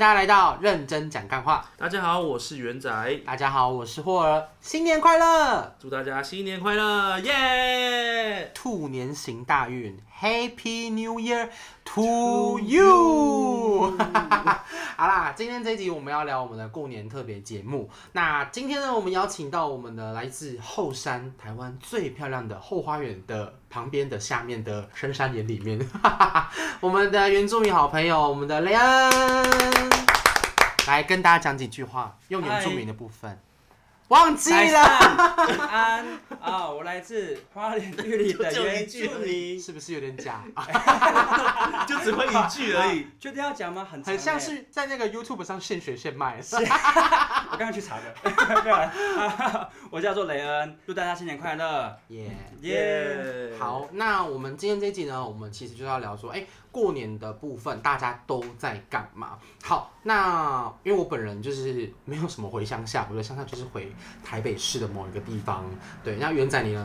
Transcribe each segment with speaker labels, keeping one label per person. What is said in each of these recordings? Speaker 1: 家来到认真讲干话。
Speaker 2: 大家好，我是元仔，
Speaker 1: 大家好，我是霍儿，新年快乐，
Speaker 2: 祝大家新年快乐，耶、
Speaker 1: 兔年行大运，Happy New Year to you！好啦，今天这一集我们要聊我们的过年特别节目。那今天呢，我们邀请到我们的来自后山，台湾最漂亮的后花园的旁边的下面的深山岩里面， 我们的原住民好朋友，我们的雷恩，来跟大家讲几句话，用原住民的部分。忘记
Speaker 3: 来
Speaker 1: 了，
Speaker 3: 上安啊！我来自花莲玉里的原住民，
Speaker 1: 是不是有点假？
Speaker 2: 就只会一句而已。
Speaker 3: 确定要讲吗？很长
Speaker 1: 很像
Speaker 3: 欸，
Speaker 1: 是在那个 YouTube 上现学现 卖。
Speaker 3: 啊我刚刚去查的。 没有啦啊我叫做雷恩，祝大家新年快乐，
Speaker 1: 耶
Speaker 3: 耶！
Speaker 1: 好，那我们今天这一集呢，我们其实就要聊说，哎、过年的部分大家都在干嘛？好，那因为我本人就是没有什么回乡下，我的乡下就是回台北市的某一个地方。对，那元仔你呢？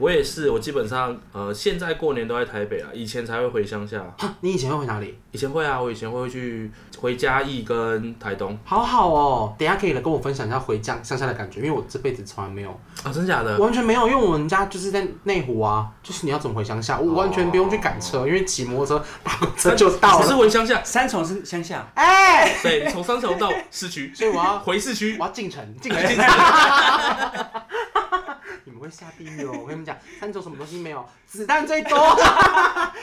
Speaker 2: 我也是，我基本上呃，现在过年都在台北啊，以前才会回乡下。
Speaker 1: 哈你以前会回哪里？
Speaker 2: 以前会啊，我以前会去回嘉义跟台东
Speaker 1: 好好哦，等一下可以来跟我分享一下回乡乡下的感觉，因为我这辈子从来没有。
Speaker 2: 啊，真假的？
Speaker 1: 完全没有，因为我们家就是在内湖啊，就是你要怎么回乡下，我完全不用去赶车，因为骑摩托车、打公车就到
Speaker 2: 只是
Speaker 1: 了。
Speaker 2: 回乡下，
Speaker 3: 三重是乡下，
Speaker 1: 哎、
Speaker 2: 对，你从三重到市区，
Speaker 1: 所以我要
Speaker 2: 回市区
Speaker 1: 我。要进城，进
Speaker 3: 哎
Speaker 1: 城。你们会下地狱哦！我跟你们讲，三重什么东西没有，子弹最 多。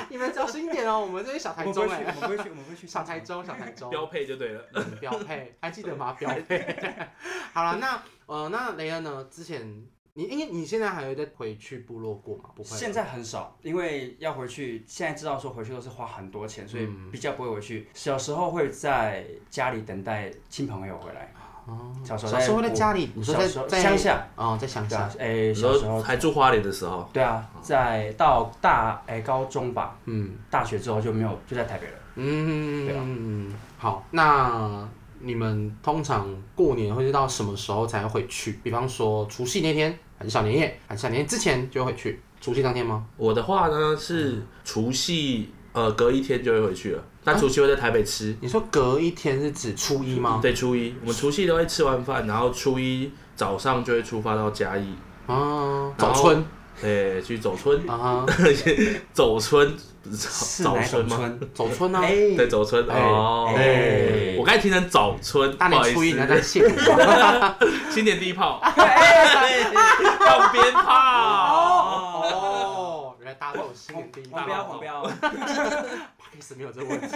Speaker 1: 你们小心一点哦，我们这些小
Speaker 3: 我
Speaker 1: 台
Speaker 3: 们不
Speaker 1: 中
Speaker 3: 会去，
Speaker 1: 哎、
Speaker 3: 我们不会去，我们不会去
Speaker 1: 小台中，小台中。
Speaker 2: 标配就对了，
Speaker 1: 嗯标配，还记得 吗？标配。 好了，那呃，那雷恩呢？之前你因为你现在还有在回去部落过吗？不会了。啊
Speaker 3: 现在很少，因为要回去，现在知道说回去都是花很多钱，所以
Speaker 1: 嗯
Speaker 3: 比较不会回去。小时候会在家里等待亲朋友回来。小时候
Speaker 1: 哦小时候在家里，你说在
Speaker 3: 小时候
Speaker 1: 在
Speaker 3: 乡下，
Speaker 1: 哦，在乡
Speaker 3: 对
Speaker 1: 下
Speaker 3: 啊，，哎，
Speaker 2: 你
Speaker 3: 小时候
Speaker 2: 说还住花莲的时
Speaker 1: 哦
Speaker 2: 候，
Speaker 3: 对啊，在到大哎、高中吧，
Speaker 1: 嗯
Speaker 3: 大学之后就没有就在台北了。
Speaker 1: 嗯，
Speaker 3: 对啊
Speaker 1: 嗯好，那你们通常过年会是到什么时候才会回去？比方说除夕那天，还是小年夜，还是小年夜之前就会回去？除夕当天吗？
Speaker 2: 我的话呢是除夕，呃，隔一天就会回去了。那除夕会在台北吃，
Speaker 1: 你说隔一天是指初一吗？
Speaker 2: 嗯对，初一我们除夕都会吃完饭，然后初一早上就会出发到嘉义，
Speaker 1: 啊，
Speaker 2: 然
Speaker 1: 早
Speaker 2: 后
Speaker 1: 春
Speaker 2: 对，去走村，
Speaker 1: 啊哈，
Speaker 2: 走村不是
Speaker 3: 是
Speaker 2: 早
Speaker 3: 哪
Speaker 2: 早
Speaker 3: 一
Speaker 2: 村
Speaker 3: 种
Speaker 2: 吗？
Speaker 3: 村？
Speaker 1: 早春啊，
Speaker 3: 哎
Speaker 2: 对，走村
Speaker 1: 哎
Speaker 2: 哦，
Speaker 1: 哎
Speaker 2: 我刚才听成早村，
Speaker 1: 大
Speaker 2: 不好
Speaker 1: 年哎
Speaker 2: 意
Speaker 1: 初一你要
Speaker 2: 思，
Speaker 1: 在谢我
Speaker 2: 新年第一 炮，
Speaker 1: 哎
Speaker 2: 放鞭炮，
Speaker 1: 哦，原来大家嗯都有新年第一哦
Speaker 3: 黄
Speaker 2: 标
Speaker 3: 标
Speaker 1: 炮
Speaker 3: 黄标，
Speaker 1: ，Parkes 没有这个问题。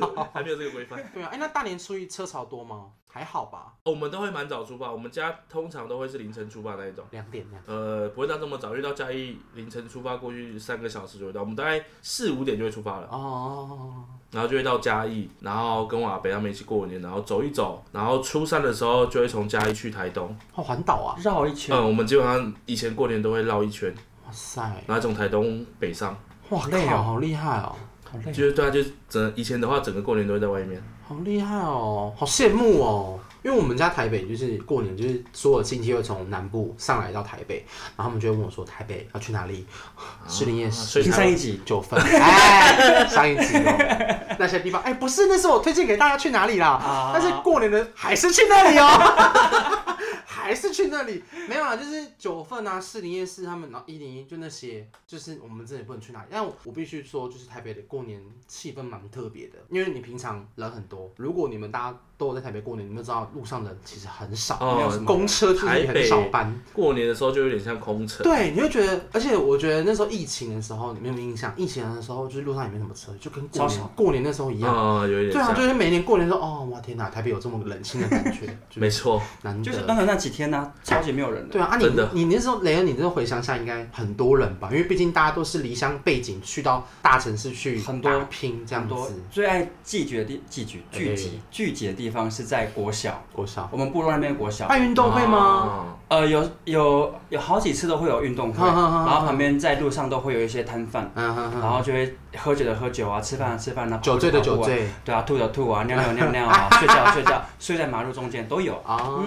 Speaker 1: 哦
Speaker 2: 还没有这个规范。哦
Speaker 1: 对啊，哎，那大年初一车潮多吗？还好吧，
Speaker 2: 我们都会蛮早出发，我们家通常都会是凌晨出发那一种。
Speaker 1: 两点两。
Speaker 2: 呃，不会到这么早，因为到嘉义凌晨出发，过去三个小时就会到。我们大概四五点就会出发了。
Speaker 1: 哦，
Speaker 2: 然后就会到嘉义，然后跟我阿北他们一起过年，然后走一走，然后初三的时候就会从嘉义去台东。
Speaker 1: 哦，环岛啊，
Speaker 3: 绕一圈，
Speaker 2: 嗯，我们基本上以前过年都会绕一圈，
Speaker 1: 哇塞，
Speaker 2: 然后从台东北上，
Speaker 1: 哇
Speaker 3: 累
Speaker 1: 靠，
Speaker 3: 哦
Speaker 1: 好厉害哦，
Speaker 3: 好累。
Speaker 2: 就是对啊，就是整以前的话，整个过年都会在外面。
Speaker 1: 好厉害哦，好羡慕哦。因为我们家台北就是过年，就是所有亲戚会从南部上来到台北，然后他们就会问我说台北要去哪里， 士林夜市
Speaker 2: 啊所以
Speaker 3: 听上
Speaker 2: 台
Speaker 3: 一集，
Speaker 1: 九份，哎，上一集哦，那些地方，哎，不是，那是我推荐给大家去哪里啦，
Speaker 3: 啊
Speaker 1: 但是过年的还是去那里哦，还是去那里，没有啦，就是九份啊、士林夜市他们，然后一零一就那些，就是我们真的不能去哪里。但我我必须说，就是台北的过年气氛蛮特别的，因为你平常人很多，如果你们大家都有在台北过年，你们就知道路上人其实很少，
Speaker 2: 哦
Speaker 1: 没有什么公车就是也
Speaker 2: 台
Speaker 1: 很
Speaker 2: 北
Speaker 1: 少班。
Speaker 2: 过年的时候就有点像空城，
Speaker 1: 对，你会觉得，而且我觉得那时候疫情的时候，你们有没有印象？疫情的时候就是路上也没什么车，就跟过
Speaker 3: 超
Speaker 1: 年
Speaker 3: 少
Speaker 1: 过年那时候一样。
Speaker 2: 啊、有一点
Speaker 1: 对啊，
Speaker 2: 像，
Speaker 1: 就是每年过年说，哦，哇天哪，台北有这么冷清的感觉，就是
Speaker 2: 没错。
Speaker 1: 难
Speaker 3: 就是
Speaker 1: 得。
Speaker 3: 短短那几天呢、超级没有人的。
Speaker 1: 对啊，啊你
Speaker 2: 真的
Speaker 1: 你那时候雷恩，你那时候回乡下应该很多人吧？因为毕竟大家都是离乡背景去到大城市去
Speaker 3: 很多
Speaker 1: 打拼这样
Speaker 3: 很多
Speaker 1: 子。哎
Speaker 3: 最爱聚集的地聚集聚集聚集的地方是在国小，
Speaker 1: 国小
Speaker 3: 我们部落那边的国小，
Speaker 1: 办运动会吗？
Speaker 2: 哦？
Speaker 3: 呃，有有有好几次都会有运动会，
Speaker 1: 哈哈哈哈
Speaker 3: 然后旁边在路上都会有一些摊贩，
Speaker 1: 嗯哼
Speaker 3: 然
Speaker 1: 哼，
Speaker 3: 后就会喝酒的喝酒啊，吃饭的吃饭啊，
Speaker 1: 酒醉的酒
Speaker 3: 跑步的跑步啊
Speaker 1: 醉
Speaker 3: 对啊，吐的吐啊，尿尿尿尿啊，睡觉的睡觉，睡在马路中间都有。
Speaker 1: 啊。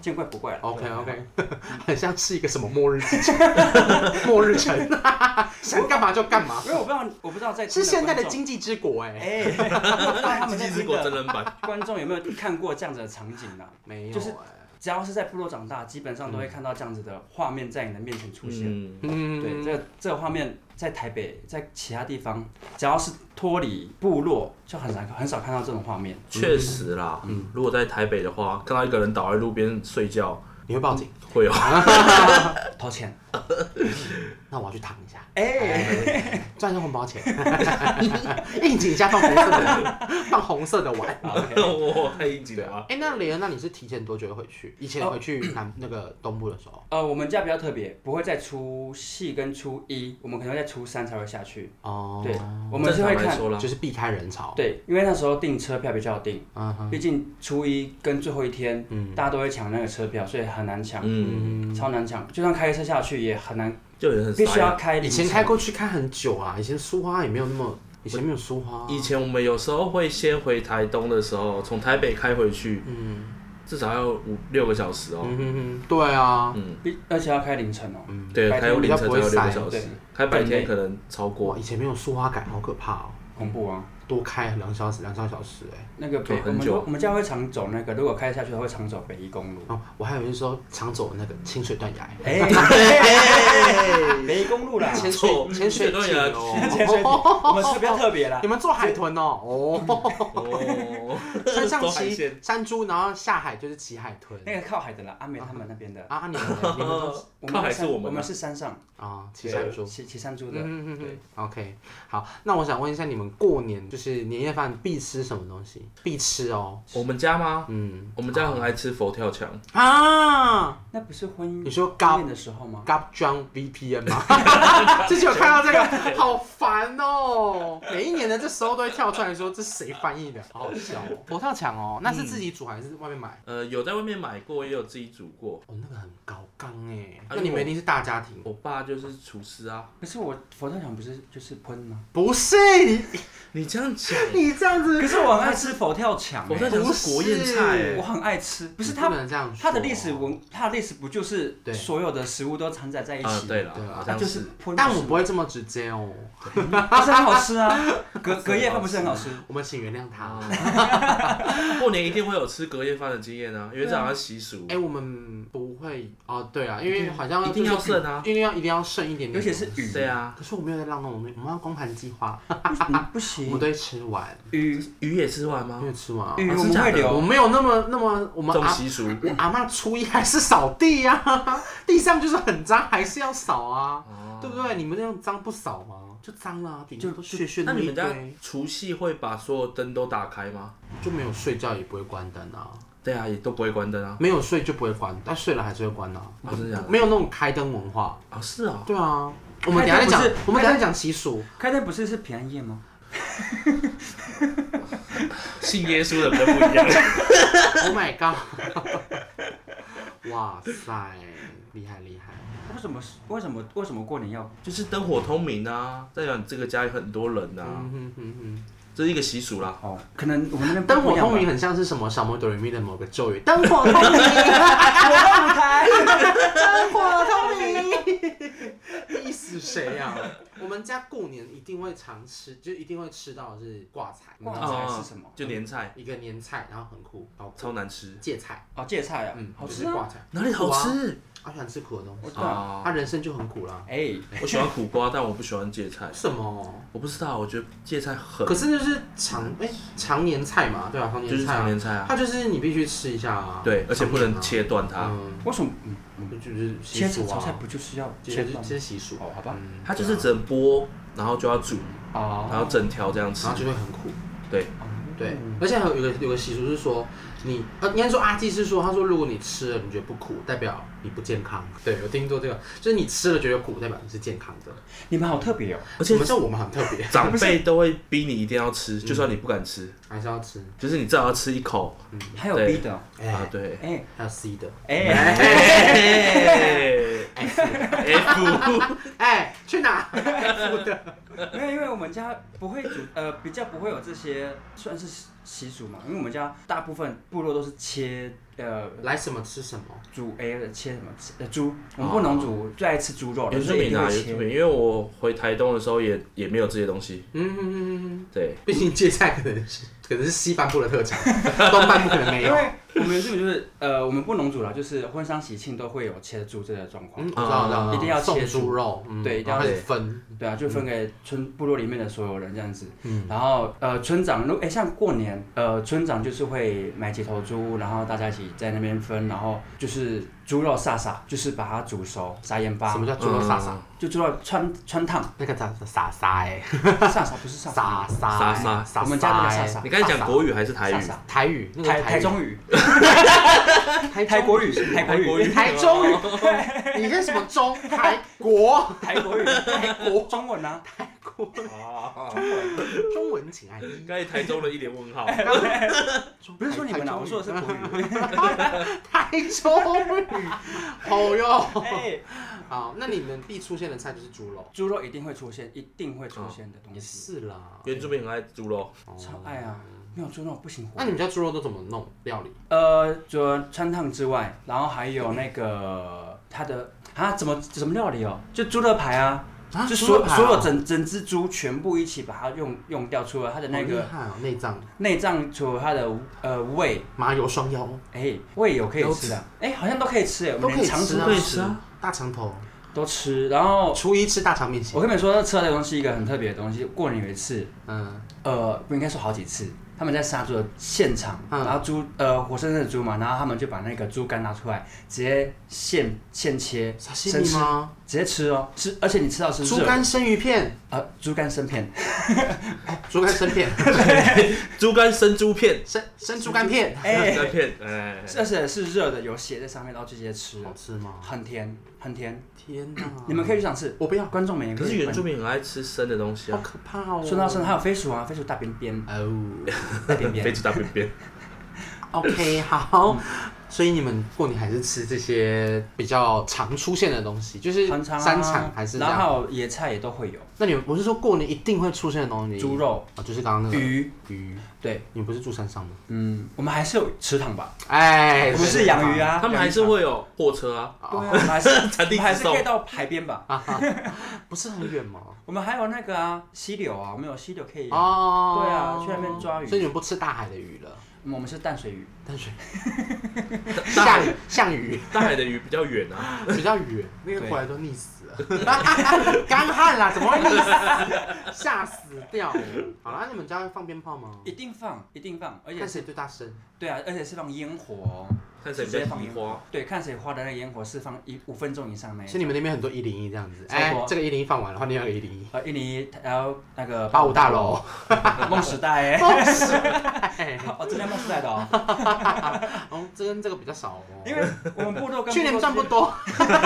Speaker 3: 见怪不怪了。
Speaker 1: OK
Speaker 3: 对啊
Speaker 1: OK，很 像是一个什么末日之城， 末日城， 想干嘛就干嘛，
Speaker 3: 啊因为我不知道，我不知道在
Speaker 1: 是现在的经
Speaker 3: 经
Speaker 1: 济之国哎、
Speaker 3: 哎， 我不知道他们
Speaker 2: 经
Speaker 3: 在
Speaker 2: 济之
Speaker 3: 听
Speaker 2: 国真
Speaker 3: 的
Speaker 2: 人版，
Speaker 3: 观众有没有看过这样子的场景呢？
Speaker 1: 没有、哎
Speaker 3: 就是只要是在部落长大，基本上都会看到这样子的画面在你的面前出现。
Speaker 2: 嗯，
Speaker 1: 嗯，
Speaker 3: 对，这这个画面在台北，在其他地方，只要是脱离部落，就很少很少看到这种画面。
Speaker 2: 确实啦。
Speaker 1: 嗯
Speaker 2: 如果在台北的话，看到一个人倒在路边睡觉，
Speaker 1: 你会报警，
Speaker 2: 会有
Speaker 3: 掏钱，
Speaker 1: 那我要去躺一下，
Speaker 3: 哎，
Speaker 1: 赚一下红包钱，应景一下放红色的， 放红色的碗。
Speaker 3: 啊
Speaker 2: 我太应景了啊。
Speaker 1: 哎、那雷恩，那你是提前多久会回去？以前回
Speaker 3: 哦
Speaker 1: 去南、那个东部的时候，
Speaker 3: 呃，我们家比较特别，不会在除夕跟初一，我们可能会在初三才会下去。
Speaker 1: 哦，
Speaker 3: 对，我们是
Speaker 2: 正
Speaker 3: 会
Speaker 2: 常来
Speaker 3: 看，
Speaker 2: 说啦，啊
Speaker 1: 就是避开人潮。
Speaker 3: 对，因为那时候订车票比较订，
Speaker 1: 嗯哼，
Speaker 3: 毕竟初一跟最后一天，大家都会抢那个车票，所以很难抢，
Speaker 2: 嗯，
Speaker 3: 超难抢。就算开车下去也很难，
Speaker 2: 就有人很
Speaker 3: 必须
Speaker 2: 傻眼
Speaker 3: 要开
Speaker 1: 以
Speaker 3: 凌
Speaker 1: 前
Speaker 3: 晨
Speaker 1: 开过去开很久啊，以前苏花也没有那么，以前没有苏花、
Speaker 2: 以前我们有时候会先回台东的时候，从台北开回去，嗯，至少要五六个小时哦、
Speaker 1: 嗯哼哼，对啊，
Speaker 3: 必而且要开凌晨哦、
Speaker 2: 对，
Speaker 3: 白天
Speaker 2: 开凌晨才有六
Speaker 1: 比较不会
Speaker 2: 个
Speaker 1: 塞
Speaker 2: 小
Speaker 3: 对
Speaker 2: 时，开白
Speaker 3: 更
Speaker 2: 天
Speaker 3: 累
Speaker 2: 可能超过
Speaker 1: 哇，。以前没有苏花感，好可怕哦、
Speaker 3: 恐怖啊！
Speaker 1: 多开两小时，两三小时哎、
Speaker 3: 那个北
Speaker 2: 走
Speaker 3: 我
Speaker 2: 很
Speaker 3: 们
Speaker 2: 久
Speaker 3: 都我们家会常走那个，如果开下去的话会常走北宜 公路。
Speaker 1: 哦，我还有人说常走那个清水断崖，
Speaker 3: 哎、北宜公路 啦，
Speaker 1: 潜
Speaker 2: 前
Speaker 1: 水
Speaker 2: 走
Speaker 1: 潜水
Speaker 2: 清水
Speaker 1: 艇
Speaker 2: 断崖
Speaker 3: 潜水艇
Speaker 1: 哦，
Speaker 3: 我们是比较特别啦
Speaker 1: 你。们做海豚 哦，哦，
Speaker 2: 哦，
Speaker 1: 山上
Speaker 2: 走海
Speaker 1: 骑
Speaker 2: 线
Speaker 1: 山猪，然后下海就是骑海豚。
Speaker 3: 那个靠海的啦，阿美他们那边的，
Speaker 1: 啊，你们呢你们 都
Speaker 3: 我
Speaker 2: 靠海
Speaker 3: 们
Speaker 2: 是嗯我
Speaker 3: 我
Speaker 2: 们啊
Speaker 3: 我们是山上
Speaker 1: 啊骑
Speaker 3: 对
Speaker 1: 山猪。
Speaker 3: 骑骑山猪的。
Speaker 1: 嗯嗯嗯
Speaker 3: 对
Speaker 1: 嗯，OK，好，那我想问一下，你们过年就是年夜饭必吃什么东西？必吃哦，
Speaker 2: 我们家吗？
Speaker 1: 嗯
Speaker 2: 我们家很爱吃佛跳墙，
Speaker 1: 啊
Speaker 3: 那不是婚姻
Speaker 1: 你说高
Speaker 3: 婚宴的时候吗？
Speaker 1: g a p j u n VPN 吗？ 之前有看到这个， 好烦哦！每一年的这时候都会跳出来说这是谁翻译的，好好笑哦。嗯佛跳墙哦，那是自己煮还是外面买？
Speaker 2: 呃，有在外面买过，也有自己煮过。
Speaker 1: 哦，那个很高纲哎，
Speaker 2: 哎呦
Speaker 1: 那你们一定是大家庭，
Speaker 2: 我爸就是厨师啊，
Speaker 3: 可是我佛跳墙不是就是喷吗？
Speaker 1: 不是你
Speaker 2: 你这样讲，
Speaker 1: 你这样子
Speaker 3: 可，是我很爱吃佛跳墙、
Speaker 2: 佛跳
Speaker 3: 欸，
Speaker 2: 墙是国宴菜、
Speaker 1: 不
Speaker 2: 欸，
Speaker 3: 我很爱吃。不是
Speaker 1: 他
Speaker 3: 它，
Speaker 1: 们这样说，
Speaker 3: 它的历史文，它的历史不就是
Speaker 1: 对
Speaker 3: 所有的食物都掺杂在一
Speaker 2: 啊，
Speaker 3: 起？
Speaker 2: 对了
Speaker 1: 对，啊
Speaker 2: 好
Speaker 3: 它
Speaker 2: 像
Speaker 3: 就是
Speaker 2: 是。
Speaker 3: 喷。
Speaker 1: 但我不会这么直接哦，
Speaker 3: 不 是很好吃啊，隔 隔夜饭不是啊很好吃？
Speaker 1: 我们请原谅他哦。
Speaker 2: 过年一定会有吃隔夜饭的经验啊，因为这好像习俗
Speaker 1: 哎、。我们不会哦，对啊，因为好像
Speaker 2: 一定
Speaker 1: 就是
Speaker 2: 要剩啊
Speaker 1: 一定要一定要剩一点点，
Speaker 3: 尤其是鱼，
Speaker 2: 对啊，
Speaker 1: 可是我没有在浪漫，我们我们要光盘计划，
Speaker 3: 嗯不
Speaker 1: 我们
Speaker 3: 行，
Speaker 1: 都会吃完，
Speaker 3: 鱼
Speaker 2: 鱼也吃完吗
Speaker 1: 没？有吃完啊。
Speaker 3: 鱼
Speaker 2: 啊
Speaker 3: 我
Speaker 2: 真
Speaker 3: 们
Speaker 2: 假
Speaker 3: 会
Speaker 2: 的
Speaker 1: 我
Speaker 3: 留，
Speaker 1: 没有那么那么，我
Speaker 2: 这
Speaker 1: 们
Speaker 2: 种
Speaker 1: 阿
Speaker 2: 习俗，
Speaker 1: 我阿妈初一还是扫地呀、 啊，地上就是很脏，还是要扫啊，
Speaker 2: 哦
Speaker 1: 对不对？你们那样脏不扫吗？就脏啦、顶多
Speaker 3: 就
Speaker 1: 屑屑
Speaker 2: 那
Speaker 1: 那么
Speaker 2: 你
Speaker 1: 一
Speaker 2: 们家
Speaker 1: 堆，
Speaker 2: 除夕会把所有灯都打开吗？
Speaker 1: 就没有睡觉也不会关灯啊，
Speaker 2: 对啊，也都不会关灯啊。
Speaker 1: 没有睡就不会关，但睡了还是会关啊，
Speaker 2: 啊，真的假的？
Speaker 1: 没有那种开灯文化。
Speaker 2: 啊，是啊。
Speaker 1: 对啊，我们等一下再讲
Speaker 3: 开灯不是，
Speaker 1: 我们等一下讲习俗。
Speaker 3: 开灯不是是平安夜吗？
Speaker 2: 信耶稣的比较不一样。
Speaker 1: Oh my god！哇塞，厉害厉害！
Speaker 3: 为什么为什么为什么过年要
Speaker 2: 就是灯火通明啊，代表你这个家有很多人啊，
Speaker 1: 嗯哼哼哼
Speaker 2: 这是一个习俗啦。
Speaker 3: 哦？可能我们那边
Speaker 1: 灯火通明
Speaker 3: 不一样吧，
Speaker 1: 很像是什么小魔哆瑞咪的某个咒语，灯火通明，灯
Speaker 3: 舞台
Speaker 1: 火通明。 你死谁呀、我们家过年一定会常吃，就一定会吃到的是挂彩，
Speaker 3: 挂
Speaker 1: 嗯
Speaker 3: 彩是什么
Speaker 2: 哦就年菜，
Speaker 1: 一个年菜，然后很酷，好
Speaker 2: 超难吃，
Speaker 1: 芥菜，
Speaker 3: 哦，芥菜啊
Speaker 1: 嗯，，
Speaker 3: 好
Speaker 1: 就
Speaker 3: 吃
Speaker 1: 是
Speaker 3: 啊，
Speaker 1: 挂彩，
Speaker 2: 哪里好
Speaker 1: 苦啊？
Speaker 2: 吃？
Speaker 1: 我喜欢吃苦的东
Speaker 3: 我
Speaker 1: 西
Speaker 3: 知，道，
Speaker 2: 啊
Speaker 1: 他、人生就很苦啦。
Speaker 3: 哎，
Speaker 2: 我喜欢苦瓜，但我不喜欢芥菜
Speaker 1: 为。什么？
Speaker 2: 我不知道，我觉得芥菜很
Speaker 1: 可是就是常哎、常年菜嘛，对吧、常
Speaker 2: 就
Speaker 1: 年
Speaker 2: 是
Speaker 1: 菜、
Speaker 2: 常
Speaker 1: 啊，
Speaker 2: 年菜啊，
Speaker 1: 它就是你必须吃一下啊。
Speaker 2: 对，而且不能
Speaker 1: 常年
Speaker 2: 切断
Speaker 1: 啊。
Speaker 2: 它，
Speaker 1: 嗯，
Speaker 3: 为什么嗯
Speaker 1: 就是习
Speaker 3: 切菜
Speaker 1: 俗
Speaker 3: 炒菜
Speaker 1: 啊，
Speaker 3: 不就是要
Speaker 1: 这
Speaker 3: 切
Speaker 1: 是这
Speaker 3: 断吗
Speaker 1: 是习俗。
Speaker 3: 哦，好吧，
Speaker 1: 嗯，
Speaker 2: 它就是只能剥，然后就要煮，然后
Speaker 3: 哦，嗯
Speaker 2: 整条这样吃
Speaker 1: 然后。就会很苦。
Speaker 2: 对
Speaker 1: 对，而且还有有个有个习俗是说，你呃应该说阿基是说，他说如果你吃了你觉得不苦，代表你不健康。对，有听说这个，就是你吃了觉得苦，代表你是健康的。
Speaker 3: 你们好特别哦，
Speaker 2: 而且
Speaker 1: 我们像我们很特别，
Speaker 2: 长辈都会逼你一定要吃，就算你不敢吃，
Speaker 1: 还是要吃。
Speaker 2: 就是你至少要吃一口
Speaker 3: 还有
Speaker 2: 对
Speaker 3: B 的哦，
Speaker 1: 哎、
Speaker 2: 啊。对
Speaker 3: 哎
Speaker 1: 还有 C 的，
Speaker 3: 哎，
Speaker 2: 哎
Speaker 1: F
Speaker 2: ，F
Speaker 1: 哎、去哪？F 的，
Speaker 3: 没有，因为我们家不会煮，呃，比较不会有这些算是习习俗嘛，因为我们家大部分部落都是切呃
Speaker 1: 来什么吃什么。
Speaker 3: 煮哎、切什么呃猪，我们不能煮，最爱吃猪肉的，
Speaker 2: 哦原住
Speaker 3: 所以一
Speaker 2: 民
Speaker 3: 定
Speaker 2: 啊，
Speaker 3: 会
Speaker 2: 原住
Speaker 3: 切。
Speaker 2: 民，因为我回台东的时候也也没有这些东西。
Speaker 1: 嗯嗯嗯嗯
Speaker 2: 对，
Speaker 1: 嗯，毕竟芥菜可能是可能是西半部的特 产，东半部可能没
Speaker 3: 因
Speaker 1: 有。
Speaker 3: 为我们原住民就是呃，我们不能煮了，就是婚丧喜庆都会有切猪这个状况
Speaker 1: 嗯，我。知道，我知道，
Speaker 3: 一定要
Speaker 1: 送
Speaker 3: 切
Speaker 1: 猪肉，嗯
Speaker 3: 对一定
Speaker 1: 然
Speaker 3: 要
Speaker 1: 后开始分，
Speaker 3: 对啊，就分给村部落里面的所有人这样子。
Speaker 1: 嗯
Speaker 3: 然后呃，村长如哎、像过年，呃，村长就是会买几头猪，然后大家一起在那边分，然后就是猪肉撒撒，就是把它煮熟，撒盐
Speaker 1: 什
Speaker 3: 巴
Speaker 1: 么，叫猪肉撒撒？
Speaker 2: 嗯
Speaker 3: 就猪肉穿穿烫，
Speaker 1: 那个叫撒撒哎，
Speaker 3: 撒撒不是撒
Speaker 1: 撒撒
Speaker 2: 撒
Speaker 1: 欸
Speaker 2: 撒
Speaker 1: 撒，
Speaker 3: 我们家那个
Speaker 1: 欸
Speaker 3: 撒撒
Speaker 2: 你刚才
Speaker 1: 撒
Speaker 2: 讲国语还是台
Speaker 3: 撒
Speaker 2: 语？
Speaker 3: 撒，
Speaker 1: 台语，那个
Speaker 3: 台台
Speaker 1: 语
Speaker 3: 中语、
Speaker 1: 台
Speaker 3: 台
Speaker 1: 中
Speaker 3: 国语、哦台
Speaker 2: 台
Speaker 3: 国
Speaker 2: 国
Speaker 3: 语、
Speaker 2: 语
Speaker 1: 台中语， 你是什么中台 国？
Speaker 3: 台国语、台国中文啊，
Speaker 2: 啊，
Speaker 1: 中文请按一。
Speaker 2: 刚才台中人一脸问号。
Speaker 3: 不是说你们啊，我说的是国语。
Speaker 1: 台中语，好哟。
Speaker 3: 哎，
Speaker 1: 好，那你们必出现的菜就是猪肉，
Speaker 3: 猪肉一定会出现，一定会出现的东
Speaker 1: 也
Speaker 3: 西，
Speaker 1: 是啦。哦
Speaker 2: 原住民很爱猪肉，
Speaker 3: 超爱啊！没有猪肉不行活
Speaker 1: 那你们家猪肉都怎么弄料理？
Speaker 3: 呃，除了川烫之外，然后还有那个它的啊，怎么怎么料理哦？就猪肋排啊，就所有、所有整整只猪全部一起把它用用掉，除了它的那个
Speaker 1: 个哦内脏
Speaker 3: 内脏，除了它的呃胃，
Speaker 1: 麻油双腰
Speaker 3: 哎、胃有可以
Speaker 2: 都
Speaker 3: 吃的，哎、好像都可以吃哎，我
Speaker 1: 都
Speaker 3: 们
Speaker 1: 可
Speaker 3: 连
Speaker 1: 以
Speaker 3: 肠
Speaker 1: 吃
Speaker 3: 子
Speaker 1: 啊，
Speaker 2: 可以吃啊，
Speaker 1: 大肠头。
Speaker 3: 都吃。然后
Speaker 1: 初一吃大肠面线，
Speaker 3: 我跟你们说，吃到这个东西一个很特别的东西，过年有一次，
Speaker 1: 嗯，
Speaker 3: 呃，不应该说好几次，他们在杀猪的现场，
Speaker 1: 嗯
Speaker 3: 然后猪呃活生生的猪嘛，然后他们就把那个猪肝拿出来，直接现现切，
Speaker 1: 沙西
Speaker 3: 生
Speaker 1: 米
Speaker 3: 吃，
Speaker 1: 吗？
Speaker 3: 直接吃哦，吃，而且你吃到是
Speaker 1: 猪
Speaker 3: 热，
Speaker 1: 肝生鱼片，哎
Speaker 3: 呃，猪肝生 片，
Speaker 1: 猪肝生 片，
Speaker 2: 猪肝生猪片，
Speaker 1: 生生猪肝片，
Speaker 3: 哎
Speaker 2: 生片，哎，
Speaker 3: 而且是热的，有血在上面，然后就直接吃
Speaker 1: 好
Speaker 3: 了，
Speaker 1: 吃吗？
Speaker 3: 很甜，很甜，
Speaker 1: 天哪！
Speaker 3: 你们可以去尝试，
Speaker 1: 我不要，
Speaker 3: 观众们也
Speaker 2: 可是
Speaker 3: 以
Speaker 2: 原住民很爱吃生的东西
Speaker 1: 好
Speaker 2: 啊，
Speaker 1: 可怕哦！
Speaker 3: 说到生，还有飞鼠啊，飞鼠大便便，
Speaker 1: 哦
Speaker 3: 大便
Speaker 2: 飞
Speaker 3: 便，
Speaker 2: 机大便便。
Speaker 1: ，OK，好。所以你们过年还是吃这些比较常出现的东西，就是
Speaker 3: 常常啊
Speaker 1: 山产还是这
Speaker 3: 然后
Speaker 1: 样。
Speaker 3: 还有野菜也都会有，
Speaker 1: 那你们不是说过年一定会出现的东西？
Speaker 3: 猪肉、
Speaker 1: 哦，就是刚刚那个
Speaker 3: 鱼，
Speaker 1: 鱼。
Speaker 3: 对，
Speaker 1: 你们不是住山上吗？
Speaker 3: 嗯，我们还是有池塘吧，
Speaker 1: 哎，
Speaker 3: 我们是养鱼
Speaker 1: 啊。
Speaker 3: 啊，
Speaker 2: 他们还是会有货车啊，
Speaker 3: 对啊，我们还是
Speaker 2: 产地
Speaker 3: 我们还
Speaker 2: 直
Speaker 3: 是
Speaker 2: 送
Speaker 3: 可以到海边吧。
Speaker 1: 不是很远 吗？
Speaker 3: 我们还有那个啊，溪流啊，我们有溪流可以。
Speaker 1: 哦，
Speaker 3: 对啊去那边抓鱼
Speaker 1: 所以你们不吃大海的鱼了，
Speaker 3: 嗯我们是淡水鱼，
Speaker 1: 淡 水
Speaker 2: 大
Speaker 1: 像
Speaker 2: 海
Speaker 1: 像鱼
Speaker 2: 大海的鱼比较远啊，
Speaker 1: 比较远，那个
Speaker 3: 对
Speaker 1: 回来都溺死了， 干旱啦，怎么会溺 死？吓死掉了！好啦，你们家会放鞭炮吗？
Speaker 3: 一定放，一定放，而且
Speaker 1: 看
Speaker 3: 是
Speaker 1: 谁最大声。
Speaker 3: 对啊，而且是放烟火哦、
Speaker 2: 看谁比较移花。
Speaker 3: 对，看谁花的那个烟火是放一五分钟以上那一
Speaker 1: 所以你们那边很多一零一这样子，
Speaker 3: 差
Speaker 1: 哎
Speaker 3: 不多，
Speaker 1: 这个一零一放完了，换另外一个一 零一，
Speaker 3: 呃，印尼，然后那个
Speaker 1: 八五大楼，
Speaker 3: 梦时代、 欸，哦，真的梦时代的哦，
Speaker 1: 哦，这跟这个比较少哦，
Speaker 3: 因为我们部落跟
Speaker 1: 去年
Speaker 3: 部落
Speaker 1: 赚不
Speaker 3: 之
Speaker 1: 多，
Speaker 3: 间，因为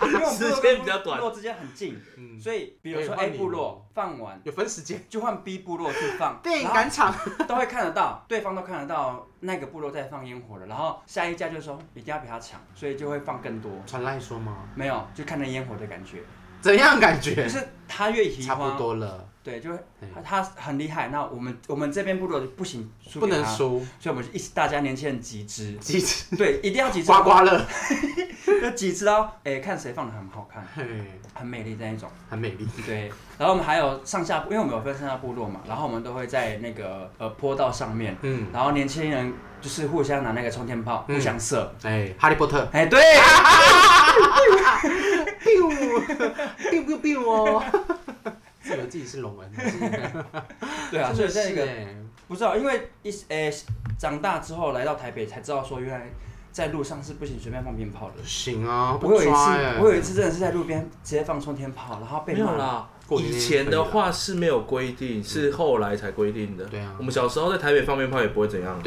Speaker 3: 我们部落
Speaker 2: 时间
Speaker 3: 跟
Speaker 2: 比较短
Speaker 3: 部落之间很近，
Speaker 1: 嗯，
Speaker 3: 所以比如说
Speaker 1: 可以
Speaker 3: A
Speaker 1: 换你
Speaker 3: 部落放完，
Speaker 1: 有分时间。
Speaker 3: 就换 B 部落去放，
Speaker 1: 电影
Speaker 3: 然后
Speaker 1: 赶场，
Speaker 3: 都会看得到，对方都看得到那个部落在放烟火了，然后下一家就说一定要比他强，所以就会放更多。
Speaker 1: 传来说吗？
Speaker 3: 没有，就看那烟火的感觉，
Speaker 1: 怎样感
Speaker 3: 可
Speaker 1: 觉？
Speaker 3: 是他越移
Speaker 1: 差不
Speaker 3: 花，
Speaker 1: 多了，
Speaker 3: 对，就会
Speaker 1: 对
Speaker 3: 他他很厉害。那我们我们这边部落就不行，输
Speaker 1: 不
Speaker 3: 给
Speaker 1: 能
Speaker 3: 他，
Speaker 1: 输，
Speaker 3: 所以我们就一起大家年轻人集资，
Speaker 1: 机智
Speaker 3: 对，一定要集 资，
Speaker 1: 刮刮乐，
Speaker 3: 要集资哦，哎，看谁放的很好看，
Speaker 1: 嘿，
Speaker 3: 很美丽那一种。
Speaker 1: 很美丽。
Speaker 3: 对，然后我们还有上下，因为我们有分上下部落嘛，然后我们都会在那个呃坡道上面，
Speaker 1: 嗯，
Speaker 3: 然后年轻人就是互相拿那个冲天炮
Speaker 1: 嗯
Speaker 3: 互相射。
Speaker 1: 哎，哈利波特，
Speaker 3: 哎，对，
Speaker 1: biu 哎 biu biu biu 哦，自以为自己是龙 恩，
Speaker 3: 对啊，所
Speaker 1: 真的是
Speaker 3: 以这个
Speaker 1: 哎，
Speaker 3: 不知道，因为一诶、长大之后来到台北才知道说，原来在路上是不行随便放鞭炮的
Speaker 1: 不。行啊，
Speaker 3: 我有
Speaker 1: 不
Speaker 3: 一次
Speaker 1: 抓哎，，
Speaker 3: 我有一次真的是在路边直接放冲天炮，然后被
Speaker 2: 没
Speaker 3: 骂
Speaker 2: 有
Speaker 3: 了。
Speaker 2: 啦
Speaker 1: 过，年
Speaker 2: 以前的话是没有规定，是后来才规定的。
Speaker 1: 对啊
Speaker 2: 我，们小时候在台北放鞭炮也不会怎样，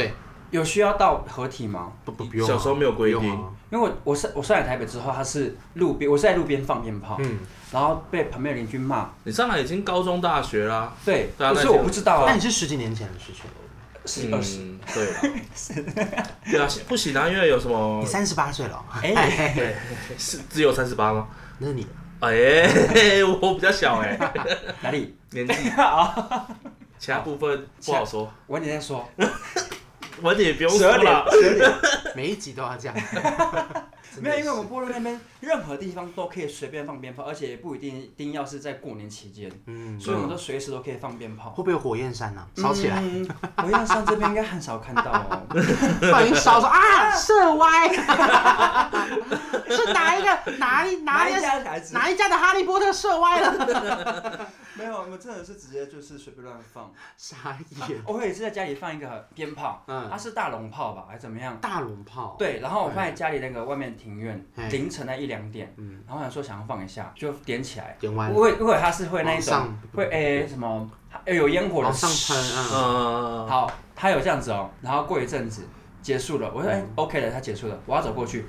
Speaker 3: 有需要到合体吗？
Speaker 1: 不不不用啊，
Speaker 2: 小时候没有规定
Speaker 1: 不用啊，
Speaker 3: 因为我我上我上来台北之后，他是路边，我是在路边放鞭炮，
Speaker 1: 嗯，
Speaker 3: 然后被旁边的邻居骂。
Speaker 2: 你上来已经高中大学啦，
Speaker 3: 对，
Speaker 2: 对啊
Speaker 3: 可是
Speaker 2: 那
Speaker 3: 我
Speaker 2: 就
Speaker 3: 不知道
Speaker 1: 那
Speaker 3: 啊
Speaker 1: 你，是十几年前的事情了，
Speaker 3: 是二十，
Speaker 2: 嗯，对啦，对啊，不行啊，因为有什么
Speaker 1: 你三十八岁了哦，
Speaker 3: 哎，
Speaker 2: 是只有三十八吗？
Speaker 1: 那是你的，
Speaker 2: 哎、 我比较小哎、
Speaker 3: 哪里？
Speaker 2: 年纪
Speaker 3: 哦
Speaker 2: 其他部分不好说，
Speaker 3: 晚点 再说。
Speaker 2: 晚点也不用
Speaker 3: 十
Speaker 2: 说
Speaker 3: 二点
Speaker 2: 了，，
Speaker 3: 十二点。
Speaker 1: 每一集都要这 样。
Speaker 3: 没有，因为我们波罗那边任何地方都可以随便放鞭炮，而且也不一定一定要是在过年期间，
Speaker 1: 嗯，
Speaker 3: 所以我们都随时都可以放鞭炮
Speaker 1: 会。不会有火焰山呢、啊？烧起来，
Speaker 3: 嗯！我要上这边应该很少看到哦。
Speaker 1: 不小心 烧说啊，射歪， 是哪一个哪一哪一
Speaker 3: 一
Speaker 1: 个
Speaker 3: 家的孩子？
Speaker 1: 哪一家的哈利波特射歪了？
Speaker 3: 没有，我们真的是直接就是随便乱放。
Speaker 1: 傻眼，
Speaker 3: 我有一次在家里放一个鞭炮，
Speaker 1: 嗯
Speaker 3: 它是大龙炮吧，还是怎么样？
Speaker 1: 大龙炮，
Speaker 3: 对，然后我放在家里那个外面庭院，
Speaker 1: 嗯
Speaker 3: 凌晨那一两点，
Speaker 1: 嗯
Speaker 3: 然后我想说想要放一下，就点起来。
Speaker 1: 点完
Speaker 3: 我会，如果它是会那一
Speaker 1: 往
Speaker 3: 种
Speaker 1: 上，
Speaker 3: 会诶、什么，诶有烟火的
Speaker 1: 往上喷啊，
Speaker 2: 嗯，
Speaker 3: 好，他有这样子哦，然后过一阵子结束了，我说哎、OK
Speaker 2: 嗯
Speaker 3: 了，他结束了，我要走过去，